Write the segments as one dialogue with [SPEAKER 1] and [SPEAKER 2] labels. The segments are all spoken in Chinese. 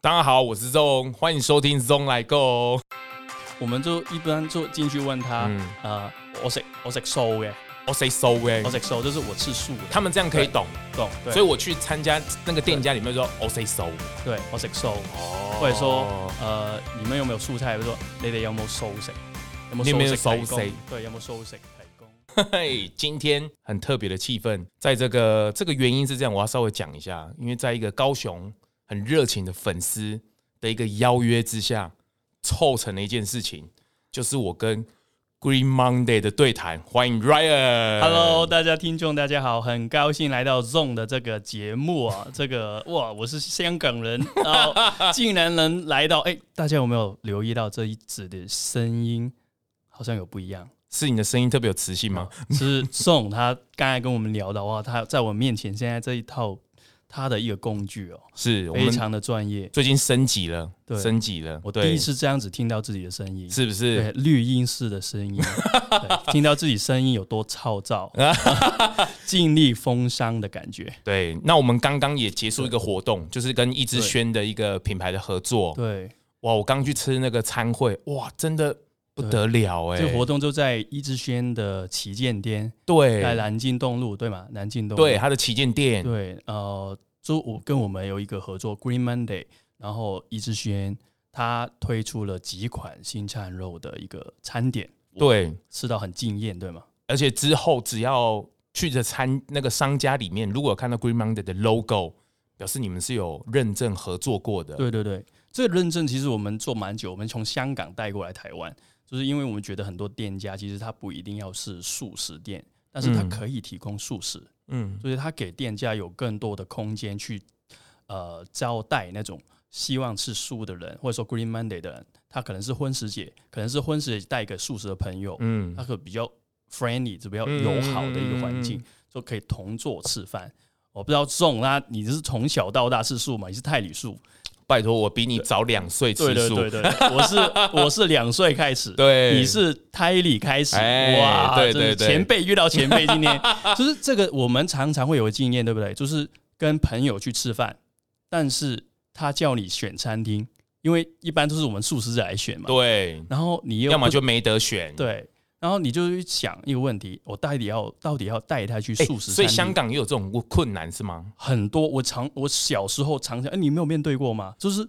[SPEAKER 1] 大家好，我是 Zong，欢迎收听 Zong 来哦 Go。
[SPEAKER 2] 我们就一般就进去问他，
[SPEAKER 1] 嗯
[SPEAKER 2] 呃，我食我食素嘅，
[SPEAKER 1] 我 say so 哎
[SPEAKER 2] 我，食素就是我吃素的，
[SPEAKER 1] 他们这样可以懂，
[SPEAKER 2] 懂？对，
[SPEAKER 1] 所以我去参加那个店家里面说我 say so，
[SPEAKER 2] 对我食素，
[SPEAKER 1] 哦
[SPEAKER 2] 或者说呃，你们有没有素菜？或者说你哋有冇素食？有
[SPEAKER 1] 你
[SPEAKER 2] 冇
[SPEAKER 1] 们有
[SPEAKER 2] 素食
[SPEAKER 1] 素
[SPEAKER 2] 提
[SPEAKER 1] 食
[SPEAKER 2] 供？对，有冇素食提供？
[SPEAKER 1] 嘿，今天很特别的气氛，在这个这个原因是这样，我要稍微讲一下，因为在一个高雄很热情的粉丝的一个邀约之下，凑成了一件事情，就是我跟 Green Monday 的对谈，欢迎 Ryan。
[SPEAKER 2] Hello，大家听众，大家好，很高兴来到 Zone 的这个节 目啊，这个哇，我是香港人，啊，竟然能来到，哎、大家有没有留意到这一指的声音好像有不一样？
[SPEAKER 1] 是你的声音特别有磁性吗？
[SPEAKER 2] 是 Zone 他刚才跟我们聊的话，他在我面前现在这一套他的一个工具哦，
[SPEAKER 1] 是我
[SPEAKER 2] 非
[SPEAKER 1] 们
[SPEAKER 2] 常的专业，
[SPEAKER 1] 最近升级了，
[SPEAKER 2] 对
[SPEAKER 1] 升级了。
[SPEAKER 2] 我
[SPEAKER 1] 对
[SPEAKER 2] 第一次这样子听到自己的声音，
[SPEAKER 1] 是不
[SPEAKER 2] 对
[SPEAKER 1] 是？
[SPEAKER 2] 绿音式的声 音，对听到自己声音有多嘈躁，尽力风伤的感觉。
[SPEAKER 1] 对。那我们刚刚也结束一个活动，就是跟一之
[SPEAKER 2] 对
[SPEAKER 1] 轩的一个品牌的合作。
[SPEAKER 2] 对，
[SPEAKER 1] 哇，我刚去吃那个餐会，哇，真的不得了哎、
[SPEAKER 2] 这个活动就在一之轩的旗舰店，在
[SPEAKER 1] 对
[SPEAKER 2] 南京东路，对吗？南京东路
[SPEAKER 1] 对，它的旗舰店
[SPEAKER 2] 对，呃，就我跟我们有一个合作 Green Monday，然后一之轩他推出了几款新灿肉的一个餐点，
[SPEAKER 1] 对，
[SPEAKER 2] 吃到很惊艳，对吗？
[SPEAKER 1] 而且之后只要去的餐那个商家里面，如果有看到 Green Monday 的 logo，表示你们是有认证合作过的。
[SPEAKER 2] 对对对，这个认证其实我们做蛮久，我们从香港带过来台湾，就是因为我们觉得很多店家其实他不一定要是素食店，但是他
[SPEAKER 1] 嗯
[SPEAKER 2] 可以提供素食，
[SPEAKER 1] 嗯，
[SPEAKER 2] 所以他给店家有更多的空间去呃招待那种希望吃素的人，或者说 Green Monday 的人，他可能是荤食姐，可能是荤食姐带一个素食的朋友，
[SPEAKER 1] 嗯
[SPEAKER 2] 他可比较 friendly，就比较友好的一个环境，
[SPEAKER 1] 嗯
[SPEAKER 2] 就可以同坐吃饭。我不知道仲啦，你是从小到大吃素嘛？你是泰理素？
[SPEAKER 1] 拜托我比你早两岁吃素，
[SPEAKER 2] 对对对对，对我是我是两岁开始，
[SPEAKER 1] 对
[SPEAKER 2] 你是胎里开始，
[SPEAKER 1] 哎
[SPEAKER 2] 哇，
[SPEAKER 1] 对
[SPEAKER 2] 真是
[SPEAKER 1] 对对
[SPEAKER 2] 前辈遇到前辈，今天 就是这个，我们常常会有个经验，对不对？就是跟朋友去吃饭，但是他叫你选餐厅，因为一般都是我们素食者来选嘛，
[SPEAKER 1] 对
[SPEAKER 2] 然后你又
[SPEAKER 1] 要么
[SPEAKER 2] 不
[SPEAKER 1] 就没得选。
[SPEAKER 2] 对，然后你就去想一个问题，我到底要到底要带他去
[SPEAKER 1] 哎，
[SPEAKER 2] 素食餐厅、
[SPEAKER 1] 所以香港也有这种困难是吗？
[SPEAKER 2] 很多，我常我小时候常常，哎、你没有面对过吗？就是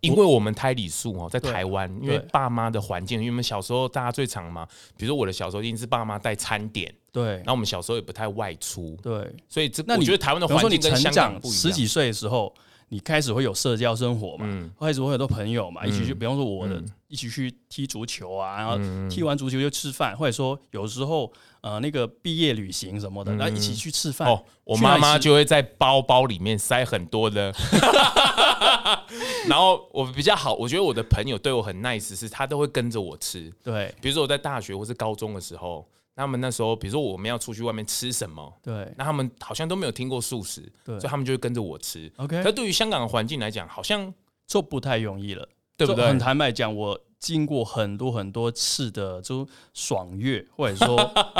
[SPEAKER 1] 因为我们胎里素哦，在
[SPEAKER 2] 对
[SPEAKER 1] 台湾，因为
[SPEAKER 2] 对
[SPEAKER 1] 爸妈的环境，因为我们小时候大家最常嘛，比如说我的小时候一定是爸妈带餐点，
[SPEAKER 2] 对
[SPEAKER 1] 然后我们小时候也不太外出，
[SPEAKER 2] 对，
[SPEAKER 1] 所以这
[SPEAKER 2] 那你
[SPEAKER 1] 我觉得台湾的
[SPEAKER 2] 比方
[SPEAKER 1] 环
[SPEAKER 2] 说你
[SPEAKER 1] 境跟
[SPEAKER 2] 成
[SPEAKER 1] 香港
[SPEAKER 2] 长
[SPEAKER 1] 不一样。
[SPEAKER 2] 十几岁的时候，你开始会有社交生活嘛，
[SPEAKER 1] 嗯
[SPEAKER 2] 开始会有很多朋友嘛，一起去，
[SPEAKER 1] 嗯
[SPEAKER 2] 比方说我的、
[SPEAKER 1] 嗯
[SPEAKER 2] 一起去踢足球啊，然后
[SPEAKER 1] 嗯
[SPEAKER 2] 踢完足球就吃饭，或者说有时候呃那个毕业旅行什么的，
[SPEAKER 1] 嗯
[SPEAKER 2] 然后一起去吃饭。
[SPEAKER 1] 哦，我
[SPEAKER 2] 去哪
[SPEAKER 1] 妈
[SPEAKER 2] 里
[SPEAKER 1] 妈
[SPEAKER 2] 吃
[SPEAKER 1] 就会在包包里面塞很多的， 然后我比较好，我觉得我的朋友对我很 nice，是他都会跟着我吃，
[SPEAKER 2] 对
[SPEAKER 1] 比如说我在大学或是高中的时候，他们那时候比如说我们要出去外面吃什么，
[SPEAKER 2] 对
[SPEAKER 1] 那他们好像都没有听过素食，
[SPEAKER 2] 对
[SPEAKER 1] 所以他们就会跟着我吃。可
[SPEAKER 2] ，OK，
[SPEAKER 1] 是对于香港的环境来讲，好像
[SPEAKER 2] 就不太容易了，
[SPEAKER 1] 对不
[SPEAKER 2] 就很
[SPEAKER 1] 对？
[SPEAKER 2] 坦白讲，我。经过很多很多次的就爽约，或者 说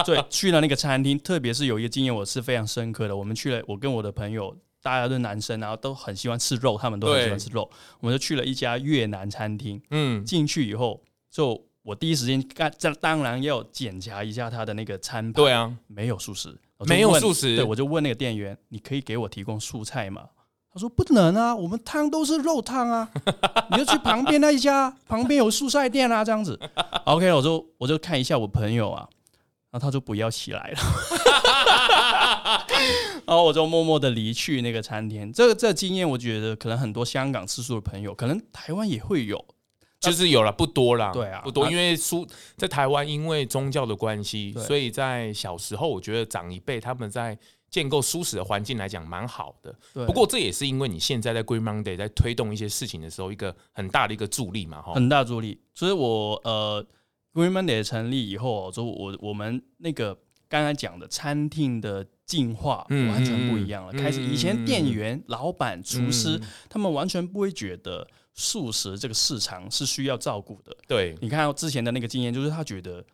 [SPEAKER 2] 对去了那个餐厅，特别是有一个经验我是非常深刻的。我们去了，我跟我的朋友，大家都是男生，然后都很喜欢吃肉，他们都很喜
[SPEAKER 1] 对
[SPEAKER 2] 欢吃肉，我们就去了一家越南餐厅。
[SPEAKER 1] 嗯，
[SPEAKER 2] 进去以后，就我第一时间干，这当然要检查一下他的那个餐盘，
[SPEAKER 1] 对啊，
[SPEAKER 2] 没有素食，我就
[SPEAKER 1] 没有
[SPEAKER 2] 问
[SPEAKER 1] 素食
[SPEAKER 2] 对，我就问那个店员，你可以给我提供素菜吗？他说不能啊，我们汤都是肉汤啊， 你就去旁边那一家，旁边有素菜店啊，这样子。OK，我就我就看一下我朋友啊，然后他就不要起来了， 然后我就默默的离去那个餐厅。这个这个经验，我觉得可能很多香港吃素的朋友，可能台湾也会有，
[SPEAKER 1] 就是有了不多啦，
[SPEAKER 2] 对啊
[SPEAKER 1] 不多，
[SPEAKER 2] 啊
[SPEAKER 1] 因为苏在台湾，因为宗教的关系，
[SPEAKER 2] 对
[SPEAKER 1] 所以在小时候，我觉得长一辈他们在建构舒适的环境来讲蛮好的。
[SPEAKER 2] 对
[SPEAKER 1] 不过这也是因为你现在在 Green Monday 在推动一些事情的时候，一个很大的一个助力嘛，哈。
[SPEAKER 2] 很大助力。所以我呃，Green Monday 成立以后哦，就我我们那个刚才讲的餐厅的进化
[SPEAKER 1] 嗯
[SPEAKER 2] 完全不一样了。
[SPEAKER 1] 嗯
[SPEAKER 2] 开始
[SPEAKER 1] 嗯
[SPEAKER 2] 以前
[SPEAKER 1] 嗯
[SPEAKER 2] 店员、老板、厨师、
[SPEAKER 1] 嗯
[SPEAKER 2] 他们完全不会觉得素食这个市场是需要照顾的。
[SPEAKER 1] 对，
[SPEAKER 2] 嗯你看到之前的那个经验，就是他觉得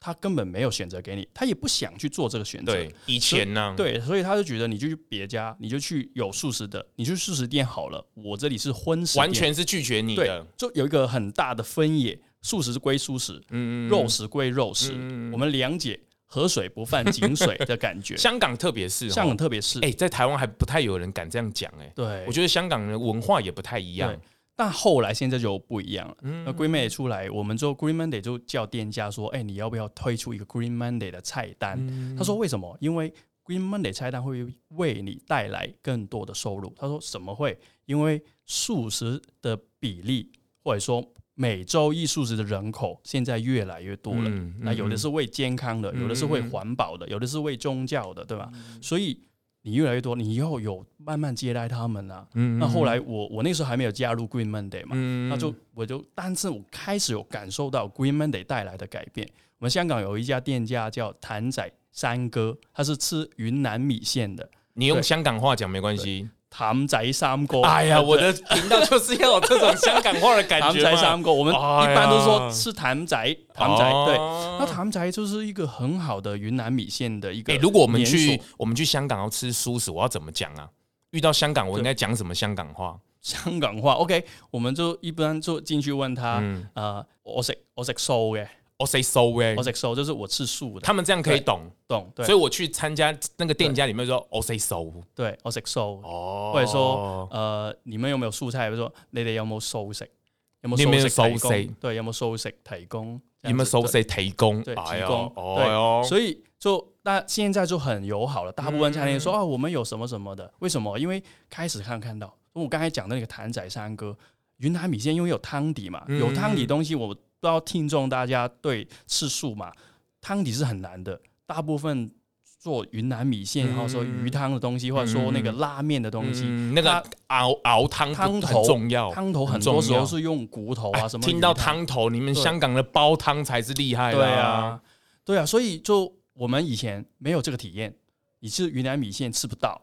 [SPEAKER 2] 他根本没有选择给你，他也不想去做这个选择。
[SPEAKER 1] 对，以前呢、
[SPEAKER 2] 对，所以他就觉得你就去别家，你就去有素食的，你去素食店好了。我这里是荤食店，
[SPEAKER 1] 完全是拒绝你
[SPEAKER 2] 对
[SPEAKER 1] 的，，
[SPEAKER 2] 就有一个很大的分野，素食归素食，
[SPEAKER 1] 嗯，
[SPEAKER 2] 肉食归肉食。
[SPEAKER 1] 嗯
[SPEAKER 2] 我们两解河水不犯井水的 感觉，
[SPEAKER 1] 香港特别是哦，
[SPEAKER 2] 像很特别是，
[SPEAKER 1] 哎、在台湾还不太有人敢这样讲哎、
[SPEAKER 2] 对
[SPEAKER 1] 我，觉得香港人文化也不太一样嗯
[SPEAKER 2] 对，但后来现在就不一样了。那 Green Monday 出来，我们之后 Green Monday 就叫店家说：“哎、你要不要推出一个 Green Monday 的菜单？”
[SPEAKER 1] 嗯
[SPEAKER 2] 他说：“为什么？因为 Green Monday 菜单会为你带来更多的收入。”他说：“怎么会？因为素食的比例，或者说每周一素食的人口，现在越来越多了。
[SPEAKER 1] 嗯
[SPEAKER 2] 那有的
[SPEAKER 1] 嗯
[SPEAKER 2] 是为健康的，有的是为环保的，有的是为宗教的，对吧？
[SPEAKER 1] 嗯
[SPEAKER 2] 所以你越来越多，你要有慢慢接待他们啊。
[SPEAKER 1] 嗯
[SPEAKER 2] 那后来我我那时候还没有加入 Green Monday 嘛，
[SPEAKER 1] 嗯
[SPEAKER 2] 那就我就，但是我开始有感受到 Green Monday 带来的改变。我们香港有一家店家叫谭仔三哥，他是吃云南米线的，
[SPEAKER 1] 你用
[SPEAKER 2] 对
[SPEAKER 1] 香港话讲没关系。
[SPEAKER 2] 谭仔三哥。
[SPEAKER 1] 哎呀，
[SPEAKER 2] 对
[SPEAKER 1] 我的频道就是要有这种香港话的感
[SPEAKER 2] 谭
[SPEAKER 1] 觉
[SPEAKER 2] 仔
[SPEAKER 1] 嘛。
[SPEAKER 2] 三哥，我们
[SPEAKER 1] 哎呀哦
[SPEAKER 2] 一般都说吃谭仔，谭仔对。那
[SPEAKER 1] 对。
[SPEAKER 2] 谭仔就是一个很好的云南米线的一个
[SPEAKER 1] 哎，
[SPEAKER 2] 连锁。
[SPEAKER 1] 如果我们去我们去香港要吃素食，我要怎么讲啊？遇到香港，我应该讲什么香港话？
[SPEAKER 2] 香港话，OK，我们就一般就进去问他，
[SPEAKER 1] 嗯
[SPEAKER 2] 呃，我食我食素嘅，
[SPEAKER 1] 我 say so 哎
[SPEAKER 2] 我，食素就是我吃素的，
[SPEAKER 1] 他们这样可以懂。
[SPEAKER 2] 懂对
[SPEAKER 1] 所以我去参加那个店家里面说 o say so
[SPEAKER 2] 对，我食素。
[SPEAKER 1] 哦
[SPEAKER 2] 或者说，呃，你們有冇素菜？比如說你哋有冇素食？有冇
[SPEAKER 1] 你們有
[SPEAKER 2] 素食提
[SPEAKER 1] 素
[SPEAKER 2] 供
[SPEAKER 1] 食？
[SPEAKER 2] 對，有冇素食提供？
[SPEAKER 1] 你们 so
[SPEAKER 2] 素食？
[SPEAKER 1] say 提供，
[SPEAKER 2] 对
[SPEAKER 1] 哎
[SPEAKER 2] 提
[SPEAKER 1] 呦
[SPEAKER 2] 供对
[SPEAKER 1] 哎呦，
[SPEAKER 2] 所以就那现在就很友好了，大部分餐厅
[SPEAKER 1] 嗯
[SPEAKER 2] 说啊，我们有什么什么的，为什么？因为开始看看到我刚才讲的那个谭仔三哥，云南米线因为有汤底嘛，
[SPEAKER 1] 嗯
[SPEAKER 2] 有汤底东西，我不知道听众大家对吃素嘛，汤底是很难的，大部分做云南米线，然后说
[SPEAKER 1] 嗯
[SPEAKER 2] 鱼汤的东西，或者说那个拉面的东西，
[SPEAKER 1] 嗯那个熬熬汤
[SPEAKER 2] 汤
[SPEAKER 1] 不
[SPEAKER 2] 头
[SPEAKER 1] 很重要，
[SPEAKER 2] 汤头很
[SPEAKER 1] 很
[SPEAKER 2] 多
[SPEAKER 1] 重
[SPEAKER 2] 时候
[SPEAKER 1] 要
[SPEAKER 2] 是用骨头啊
[SPEAKER 1] 哎
[SPEAKER 2] 什么鱼。
[SPEAKER 1] 听到汤头，你们
[SPEAKER 2] 对
[SPEAKER 1] 香港的煲汤才是厉害啦
[SPEAKER 2] 对啊，，对啊，所以就我们以前没有这个体验，你吃云南米线吃不到，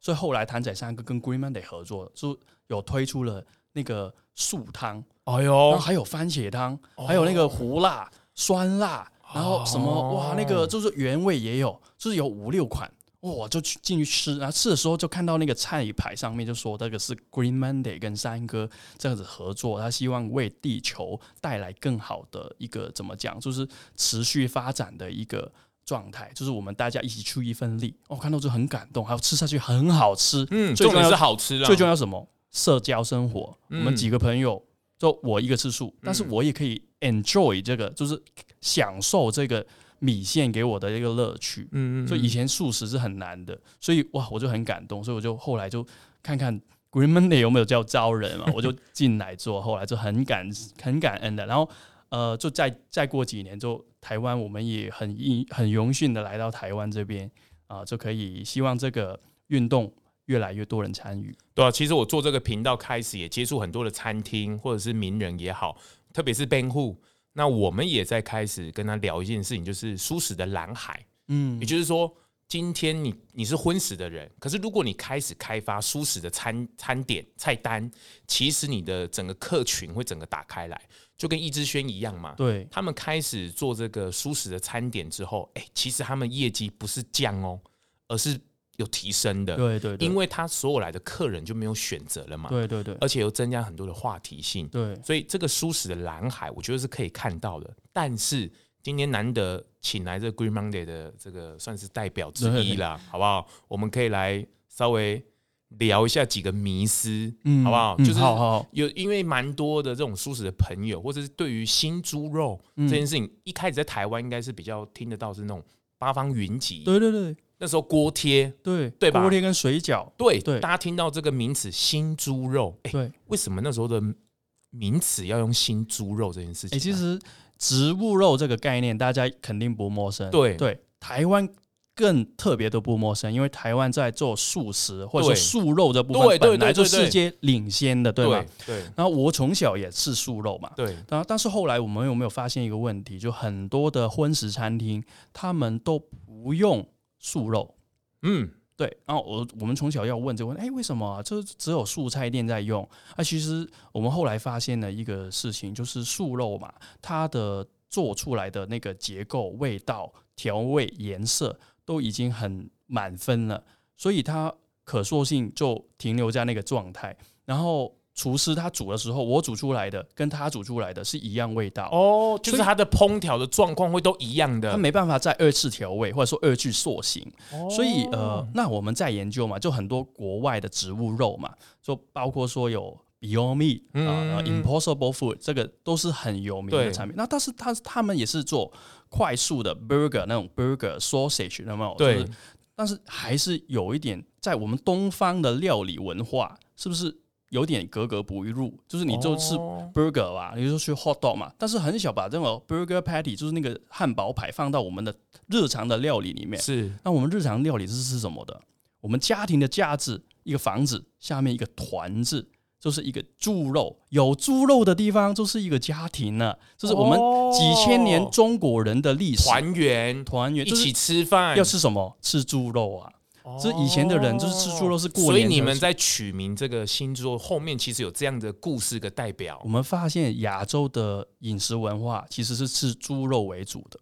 [SPEAKER 2] 所以后来谭仔三哥跟 Green Monday 合作，就有推出了那个素汤，
[SPEAKER 1] 哎
[SPEAKER 2] 然后
[SPEAKER 1] 呦，
[SPEAKER 2] 还有番茄汤，还有那个胡辣、酸辣，然后什么、哇，那个就是原味也有，就是有五六款。哇，我就去进去吃，然后吃的时候就看到那个菜牌上面就说这个是 Green Monday 跟三哥这样子合作，他希望为地球带来更好的一个怎么讲，就是持续发展的一个状态，就是我们大家一起出一份力。哦，看到就很感动，还有吃下去很好吃，
[SPEAKER 1] 嗯，
[SPEAKER 2] 最
[SPEAKER 1] 重
[SPEAKER 2] 重
[SPEAKER 1] 点
[SPEAKER 2] 要
[SPEAKER 1] 是好吃啦，
[SPEAKER 2] 最重要什么？社交生活，
[SPEAKER 1] 嗯
[SPEAKER 2] 我们几个朋友，就我一个吃素，但是我也可以 enjoy 这个，就是享受这个米线给我的一个乐趣。
[SPEAKER 1] 嗯，嗯
[SPEAKER 2] 所以以前素食是很难的，所以哇，我就很感动，所以我就后来就看看 Green Monday 有没有叫招 人嘛，我就进来做，后来就很感很感恩的。然后呃，就再再过几年，就台湾我们也很应很荣幸的来到台湾这边啊、就可以希望这个运动越来越多人参与。
[SPEAKER 1] 对啊，其实我做这个频道开始也接触很多的餐厅或者是名人也好，特别是 Ben Hu，那我们也在开始跟他聊一件事情，就是舒适的蓝海，
[SPEAKER 2] 嗯
[SPEAKER 1] 也就是说。今天你你是荤食的人，可是如果你开始开发素食的餐餐点菜单，其实你的整个客群会整个打开来，就跟易之轩一样嘛。
[SPEAKER 2] 对，
[SPEAKER 1] 他们开始做这个舒适的餐点之后，哎、其实他们业绩不是降哦，而是有提升的。
[SPEAKER 2] 对对对，
[SPEAKER 1] 因为他所有来的客人就没有选择了嘛，呃
[SPEAKER 2] 对对对
[SPEAKER 1] 而且又增加很多的话题性，
[SPEAKER 2] 对，
[SPEAKER 1] 所以这个舒适的蓝海，我觉得是可以看到的。但是今天难得请来这 Green Monday 的这个算是代表之一啦，好不好？我们可以来稍微聊一下几个迷思，
[SPEAKER 2] 嗯
[SPEAKER 1] 好不好？
[SPEAKER 2] 嗯
[SPEAKER 1] 就是
[SPEAKER 2] 好好，
[SPEAKER 1] 有因为蛮多的这种素食的朋友，或者是对于新猪肉
[SPEAKER 2] 嗯
[SPEAKER 1] 这件事情，一开始在台湾应该是比较听得到是那种八方云集，
[SPEAKER 2] 对对对
[SPEAKER 1] 那时候锅贴，
[SPEAKER 2] 对
[SPEAKER 1] 对吧
[SPEAKER 2] 锅贴跟水饺，
[SPEAKER 1] 对，
[SPEAKER 2] 对
[SPEAKER 1] 大家听到这个名词新猪肉，哎、
[SPEAKER 2] 对，
[SPEAKER 1] 为什么那时候的名词要用新猪肉这件事情
[SPEAKER 2] 哎，
[SPEAKER 1] 啊、
[SPEAKER 2] 其实植物肉这个概念大家肯定不陌生，
[SPEAKER 1] 对
[SPEAKER 2] 对，台湾。更特别都不陌生，因为台湾在做素食或者说
[SPEAKER 1] 对
[SPEAKER 2] 素肉这部
[SPEAKER 1] 对
[SPEAKER 2] 分
[SPEAKER 1] 对
[SPEAKER 2] 本来就
[SPEAKER 1] 对对
[SPEAKER 2] 世界领先的，对吧？
[SPEAKER 1] 对
[SPEAKER 2] 然后我从小也吃素肉嘛，
[SPEAKER 1] 对
[SPEAKER 2] 然后但是后来我们有没有发现一个问题？就很多的荤食餐厅他们都不用素肉，
[SPEAKER 1] 嗯，
[SPEAKER 2] 对，然后我我们从小要问这个问题，哎，为什么啊、这只有素菜店在用？啊，其实我们后来发现了一个事情，就是素肉嘛，它的做出来的那个结构、味道、调味、颜色都已经很满分了，所以它可塑性就停留在那个状态。然后厨师他煮的时候，我煮出来的跟他煮出来的是一样味道，呃
[SPEAKER 1] 哦，就是
[SPEAKER 2] 所以
[SPEAKER 1] 它的烹调的状况会都一样
[SPEAKER 2] 他
[SPEAKER 1] 的，
[SPEAKER 2] 没办法再二次调味或者说二次塑形。
[SPEAKER 1] 哦
[SPEAKER 2] 所以呃，那我们在研究嘛，就很多国外的植物肉嘛，就包括说有 Beyond Meat 啊、
[SPEAKER 1] 嗯
[SPEAKER 2] 呃 Impossible Food，这个都是很有名
[SPEAKER 1] 对
[SPEAKER 2] 的产品。那但是它他们也是做快速的 burger 那种 burger sausage，那么
[SPEAKER 1] 对，
[SPEAKER 2] 但是还是有一点在我们东方的料理文化，是不是有点格格不入？就是你就是
[SPEAKER 1] 哦
[SPEAKER 2] burger 吧，你就去 hot dog 嘛，但是很少把这种 burger patty，就是那个汉堡排放到我们的日常的料理里面。
[SPEAKER 1] 是
[SPEAKER 2] 那我们日常料理是吃什么的？我们家庭的架子，一个房子下面一个团字，就是一个猪肉。有猪肉的地方就是一个家庭了、这是我们
[SPEAKER 1] 哦
[SPEAKER 2] 几千年中国人的历史。
[SPEAKER 1] 团圆，
[SPEAKER 2] 团圆
[SPEAKER 1] 一
[SPEAKER 2] 就是
[SPEAKER 1] 起吃饭
[SPEAKER 2] 要。吃什么？吃猪肉啊！
[SPEAKER 1] 哦
[SPEAKER 2] 这以前的人就是吃猪肉是过
[SPEAKER 1] 所以
[SPEAKER 2] 年
[SPEAKER 1] 你
[SPEAKER 2] 才
[SPEAKER 1] 们
[SPEAKER 2] 吃
[SPEAKER 1] 在取名这个星座后面，其实有这样的故事的代表
[SPEAKER 2] 我。们发现亚洲的饮食文化其实是吃猪肉为主的，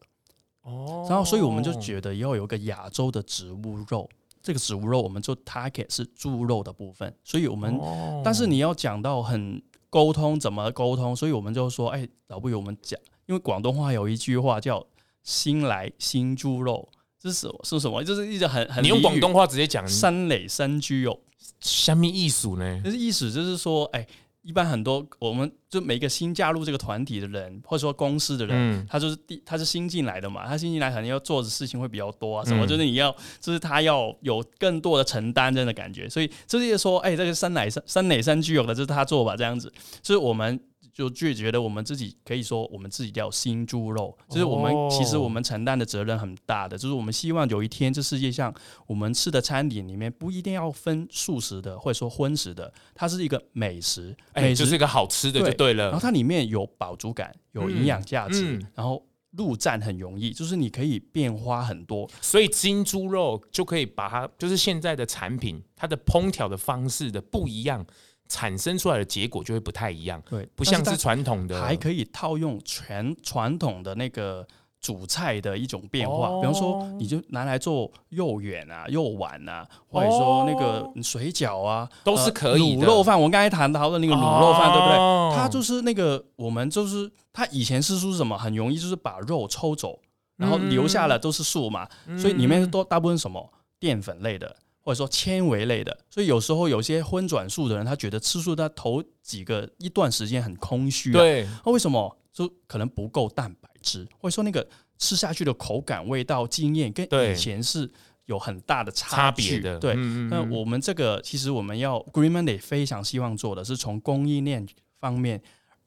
[SPEAKER 1] 哦
[SPEAKER 2] 然后所以我们就觉得要有一个亚洲的植物肉。这个植物肉我们就 target 是猪肉的部分，所以我们
[SPEAKER 1] 哦
[SPEAKER 2] 但是你要讲到很沟通，怎么沟通？所以我们就说，哎，老不友我们讲，因为广东话有一句话叫“新来新猪肉”，这是是什么？就是一直很很
[SPEAKER 1] 你用
[SPEAKER 2] 俚语
[SPEAKER 1] 广东话直接讲，
[SPEAKER 2] 三垒三居肉，
[SPEAKER 1] 虾米艺术呢？
[SPEAKER 2] 就是意思就是说，哎，一般很多我们就每个新加入这个团体的人，或者说公司的人，
[SPEAKER 1] 嗯，
[SPEAKER 2] 他就是第他是新进来的嘛，他新进来可能要做的事情会比较多啊，什
[SPEAKER 1] 嗯
[SPEAKER 2] 么、就是你要就是他要有更多的承担这样的感觉，所以就是说，哎、这个三奶三三奶三居有的就是他做吧，这样子，所以我们就就觉得我们自己可以说我们自己叫新猪肉，就是我们、
[SPEAKER 1] 哦
[SPEAKER 2] 其实我们承担的责任很大的，就是我们希望有一天这世界上我们吃的餐点里面不一定要分素食的或者说荤食的，它是一个美食，
[SPEAKER 1] 哎，
[SPEAKER 2] 美食
[SPEAKER 1] 就是一个好吃的就
[SPEAKER 2] 对
[SPEAKER 1] 对
[SPEAKER 2] 然后
[SPEAKER 1] 了。
[SPEAKER 2] 它里面有饱足感，有营养价值，
[SPEAKER 1] 嗯嗯
[SPEAKER 2] 然后入站很容易，就是你可以变化很多。
[SPEAKER 1] 所以金猪肉就可以把它，就是现在的产品，它的烹调的方式的不一样，产生出来的结果就会不太一样，
[SPEAKER 2] 对，
[SPEAKER 1] 不像是
[SPEAKER 2] 但它
[SPEAKER 1] 传统的。
[SPEAKER 2] 还可以套用全传统的那个主菜的一种变化，比方说
[SPEAKER 1] 哦
[SPEAKER 2] 你就拿来做肉圆啊、肉丸啊，或者说那个水饺啊，
[SPEAKER 1] 哦都是
[SPEAKER 2] 呃
[SPEAKER 1] 可以的
[SPEAKER 2] 卤肉饭，我们刚才谈到的那个卤肉饭，对不对？
[SPEAKER 1] 哦
[SPEAKER 2] 它就是那个我们就是它以前是说什么，很容易就是把肉抽走，然后留下
[SPEAKER 1] 嗯
[SPEAKER 2] 了都是素嘛，所以里面都大部分是什么淀粉类的，或者说纤维类的。所以有时候有些荤转素的人，他觉得吃素他头几个一段时间很空虚、啊，，
[SPEAKER 1] 对，
[SPEAKER 2] 那为什么？就可能不够蛋白质，或者说那个吃下去的口感、味道、经验跟
[SPEAKER 1] 对
[SPEAKER 2] 以前是有很大的
[SPEAKER 1] 差别
[SPEAKER 2] 距
[SPEAKER 1] 的，
[SPEAKER 2] 对，
[SPEAKER 1] 嗯
[SPEAKER 2] 那我们这个其实我们要 Green Monday 非常希望做的是从供应链方面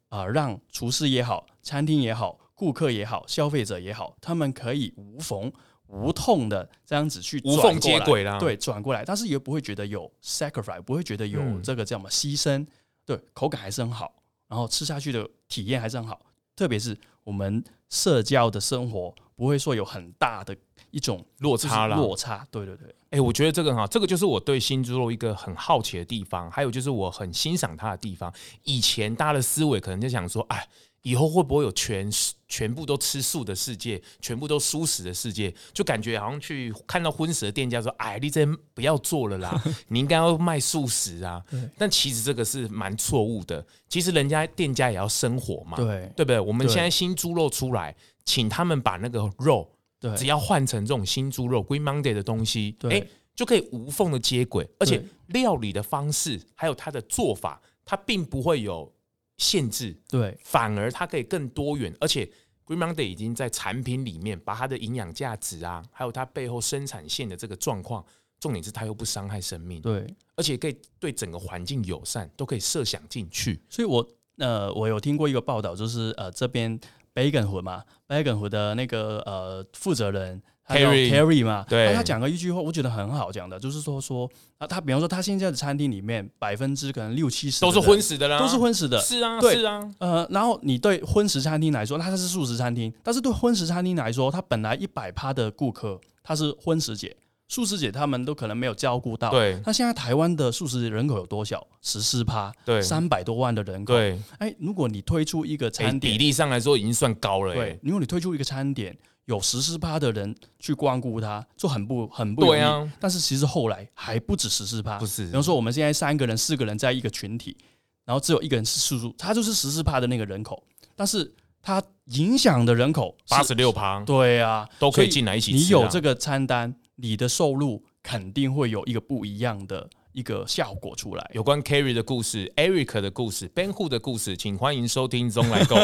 [SPEAKER 2] 啊、呃让厨师也好、餐厅也好、顾客也好、消费者也好，他们可以无缝无痛的这样子去
[SPEAKER 1] 无
[SPEAKER 2] 转
[SPEAKER 1] 缝
[SPEAKER 2] 过
[SPEAKER 1] 接
[SPEAKER 2] 来
[SPEAKER 1] 轨啦
[SPEAKER 2] 对，转过来，但是也不会觉得有 sacrifice，不会觉得有
[SPEAKER 1] 嗯
[SPEAKER 2] 这个叫什么牺牲，对，口感还是很好，然后吃下去的体验还是很好，特别是我们社交的生活不会说有很大的一种
[SPEAKER 1] 落
[SPEAKER 2] 就是
[SPEAKER 1] 差啦。
[SPEAKER 2] 落差，对对对。
[SPEAKER 1] 哎、我觉得这个很好，这个就是我对新猪肉一个很好奇的地方，还有就是我很欣赏它的地方。以前大家的思维可能就想说，哎，以后会不会有全全部都吃素的世界，全部都素食的世界？就感觉好像去看到荤食的店家说，哎，你这不要做了啦，你应该要卖素食啊。但其实这个是蛮错误的，其实人家店家也要生活嘛，
[SPEAKER 2] 对
[SPEAKER 1] 对不对？我们
[SPEAKER 2] 对
[SPEAKER 1] 现在新猪肉出来，请他们把那个肉。
[SPEAKER 2] 对，
[SPEAKER 1] 只要换成这种新猪肉 Green Monday 的东西，哎、
[SPEAKER 2] 对
[SPEAKER 1] 就可以无缝的接轨，而且
[SPEAKER 2] 对
[SPEAKER 1] 料理的方式还有它的做法，它并不会有限制，
[SPEAKER 2] 对
[SPEAKER 1] 反而它可以更多元，而且。Green Monday 已经在产品里面把它的营养价值啊，还有它背后生产线的这个状况，重点是它又不伤害生命，
[SPEAKER 2] 对，
[SPEAKER 1] 而且可以对整个环境友善，都可以设想进去。
[SPEAKER 2] 所以我呃，我有听过一个报道，就是呃这边 Bacon 湖嘛，Bacon 湖的那个呃负责人。他叫
[SPEAKER 1] Terry
[SPEAKER 2] Terry 嘛，
[SPEAKER 1] 对
[SPEAKER 2] 那他讲了一句话，我觉得很好讲的，就是说说啊，他比方说他现在的餐厅里面百分之可能六七十
[SPEAKER 1] 都是
[SPEAKER 2] 的
[SPEAKER 1] 荤
[SPEAKER 2] 人，
[SPEAKER 1] 食的啦，
[SPEAKER 2] 都是荤食的，
[SPEAKER 1] 是啊，
[SPEAKER 2] 对
[SPEAKER 1] 是啊，
[SPEAKER 2] 呃，然后你对荤食餐厅来说，那它是素食餐厅，但是对荤食餐厅来说，它本来一百趴的顾客他是荤食姐，素食姐他们都可能没有照顾到。
[SPEAKER 1] 对
[SPEAKER 2] 那现在台湾的素食人口有多少？十四趴，
[SPEAKER 1] 对
[SPEAKER 2] 三百多万的人口。
[SPEAKER 1] 对，
[SPEAKER 2] 哎，如果你推出一个
[SPEAKER 1] 哎
[SPEAKER 2] 餐
[SPEAKER 1] 比
[SPEAKER 2] 点，
[SPEAKER 1] 例上来说已经算高了、哎
[SPEAKER 2] 对，如果你推出一个餐点，有十四趴的人去光顾它，就很不很不容
[SPEAKER 1] 对
[SPEAKER 2] 易。
[SPEAKER 1] 啊，
[SPEAKER 2] 但是其实后来还不止十四趴，
[SPEAKER 1] 不是
[SPEAKER 2] 比方说我们现在三个人、四个人在一个群体，然后只有一个人是素素，他就是十四趴的那个人口，但是他影响的人口是
[SPEAKER 1] 八，十六趴
[SPEAKER 2] 对啊，
[SPEAKER 1] 都可以
[SPEAKER 2] 所
[SPEAKER 1] 进来一起吃、啊。
[SPEAKER 2] 你有这个餐单，你的收入肯定会有一个不一样的一个效果出来。
[SPEAKER 1] 有关 Carry 的故事、Eric 的故事、Ben Hu 的故事，请欢迎收听中来 购，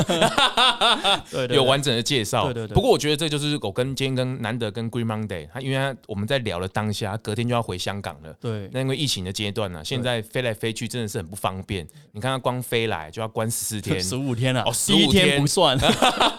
[SPEAKER 2] 对对
[SPEAKER 1] 有完整的介绍。
[SPEAKER 2] 对对对
[SPEAKER 1] 不过我觉得这就是我跟今天跟难得跟 Green Monday，他因为他我们在聊的当下，他隔天就要回香港了。
[SPEAKER 2] 对，
[SPEAKER 1] 那因为疫情的阶段呢、啊，现在飞来飞去真的是很不方便。你看他光飞来就要关十四天
[SPEAKER 2] 十五天了、啊
[SPEAKER 1] 哦
[SPEAKER 2] 第一
[SPEAKER 1] 15
[SPEAKER 2] 天
[SPEAKER 1] 天啊
[SPEAKER 2] 不算，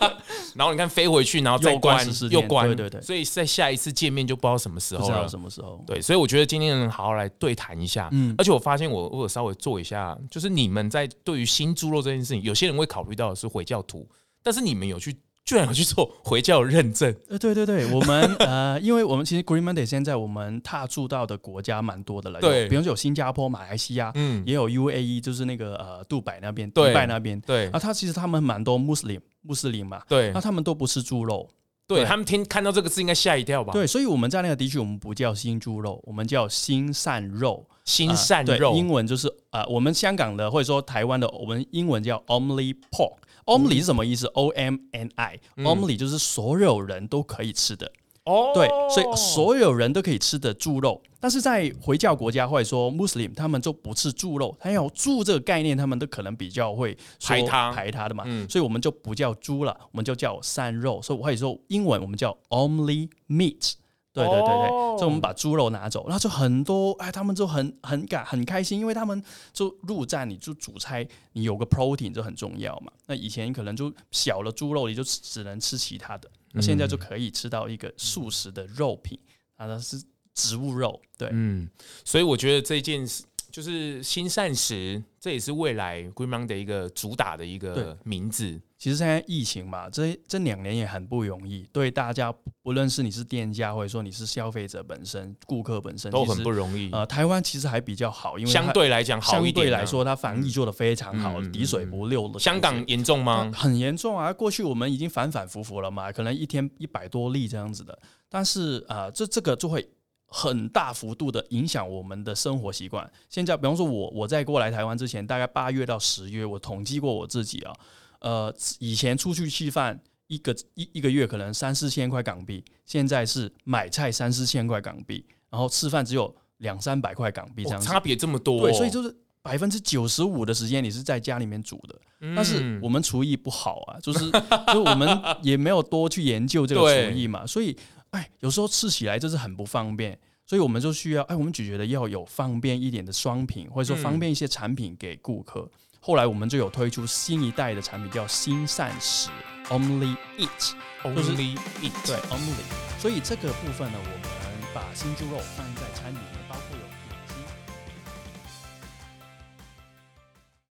[SPEAKER 1] 然后你看飞回去，然后再
[SPEAKER 2] 又关
[SPEAKER 1] 关
[SPEAKER 2] 14天
[SPEAKER 1] 又关，
[SPEAKER 2] 对对对
[SPEAKER 1] 所以在下一次见面就不知道什么时
[SPEAKER 2] 不
[SPEAKER 1] 候
[SPEAKER 2] 知道
[SPEAKER 1] 了。
[SPEAKER 2] 什么时候。
[SPEAKER 1] 对，所以我觉得今天能好好来对谈一下。
[SPEAKER 2] 嗯
[SPEAKER 1] 而且我发现我我有稍微做一下，就是你们在对于新猪肉这件事情，有些人会考虑到的是回教徒，但是你们有去居然有去做回教认证，
[SPEAKER 2] 呃，对对对，我们 呃，因为我们其实 Green Monday 现在我们踏驻到的国家蛮多的了，有
[SPEAKER 1] 对
[SPEAKER 2] 比方说有新加坡、马来西亚，
[SPEAKER 1] 嗯，
[SPEAKER 2] 也有 UAE，就是那个呃杜拜那边、迪
[SPEAKER 1] 对
[SPEAKER 2] 拜那边
[SPEAKER 1] 对
[SPEAKER 2] 啊，他其实他们蛮多穆斯林穆斯林嘛，
[SPEAKER 1] 对
[SPEAKER 2] 那他们都不吃猪肉，
[SPEAKER 1] 对，
[SPEAKER 2] 对
[SPEAKER 1] 他们听看到这个字应该吓一跳吧？，
[SPEAKER 2] 对，所以我们在那个地区我们不叫新猪肉，我们叫新善肉，
[SPEAKER 1] 新
[SPEAKER 2] 呃
[SPEAKER 1] 善
[SPEAKER 2] 对
[SPEAKER 1] 肉，
[SPEAKER 2] 英文就是呃我们香港的或者说台湾的，我们英文叫 Omni Pork。
[SPEAKER 1] 嗯
[SPEAKER 2] Omni 是什么意思？O M N I，Omni 就是所有人都可以吃的。
[SPEAKER 1] 哦
[SPEAKER 2] 对，所以所有人都可以吃的猪肉，但是在回教国家或者说穆斯林，他们就不吃猪肉，他有猪这个概念，他们都可能比较会说
[SPEAKER 1] 排他
[SPEAKER 2] 排他的嘛，
[SPEAKER 1] 嗯
[SPEAKER 2] 所以我们就不叫猪了，我们就叫散肉，所以或者说英文我们叫 only meat。对对对对，
[SPEAKER 1] 哦
[SPEAKER 2] 所以我们把猪肉拿走，那就很多哎，他们就很很感很开心，因为他们就入站，你就主菜，你有个 protein 就很重要嘛。那以前可能就小了猪肉，你就只能吃其他的，那现在就可以吃到一个素食的肉品，啊，它是植物肉，对，
[SPEAKER 1] 嗯，所以我觉得这件事就是新膳食，这也是未来 Green Monday 的一个主打的一
[SPEAKER 2] 对
[SPEAKER 1] 个名字。
[SPEAKER 2] 其实现在疫情嘛，这这两年也很不容易，对大家，不论是你是店家，或者说你是消费者本身、顾客本身，
[SPEAKER 1] 都
[SPEAKER 2] 其
[SPEAKER 1] 很
[SPEAKER 2] 实
[SPEAKER 1] 不容易，
[SPEAKER 2] 呃，台湾其实还比较好，因为它
[SPEAKER 1] 相对来讲好一
[SPEAKER 2] 相对
[SPEAKER 1] 点、啊。
[SPEAKER 2] 来，说，它防疫做得非常好，
[SPEAKER 1] 嗯嗯嗯
[SPEAKER 2] 滴水不漏的。
[SPEAKER 1] 香港严重
[SPEAKER 2] 啊
[SPEAKER 1] 吗？
[SPEAKER 2] 很严重啊！过去我们已经反反复复了嘛，可能一天一百多例这样子的，但是啊、呃这这个就会很大幅度的影响我们的生活习惯。现在，比方说我我在过来台湾之前，大概八月到十月，我统计过我自己啊，呃，以前出去吃饭。一个一一个月可能三四千块港币，现在是买菜三四千块港币，然后吃饭只有两三百块港币这
[SPEAKER 1] 哇
[SPEAKER 2] 样
[SPEAKER 1] 哦
[SPEAKER 2] 子。
[SPEAKER 1] 差别这么多、
[SPEAKER 2] 对，所以就是百分之九十五的时间你是在家里面煮的，
[SPEAKER 1] 嗯
[SPEAKER 2] 但是我们厨艺不好啊，就是 就是我们也没有多去研究这个
[SPEAKER 1] 对
[SPEAKER 2] 厨艺嘛，所以哎，有时候吃起来就是很不方便。所以我们就需要，哎，我们就觉得要有方便一点的商品，或者说
[SPEAKER 1] 嗯
[SPEAKER 2] 方便一些产品给顾客。后来我们就有推出新一代的产品，叫新膳食 （Only Eat）。就 是
[SPEAKER 1] only eat
[SPEAKER 2] 对，Only。所以这个部分呢，我们把新猪肉放在餐饮里面。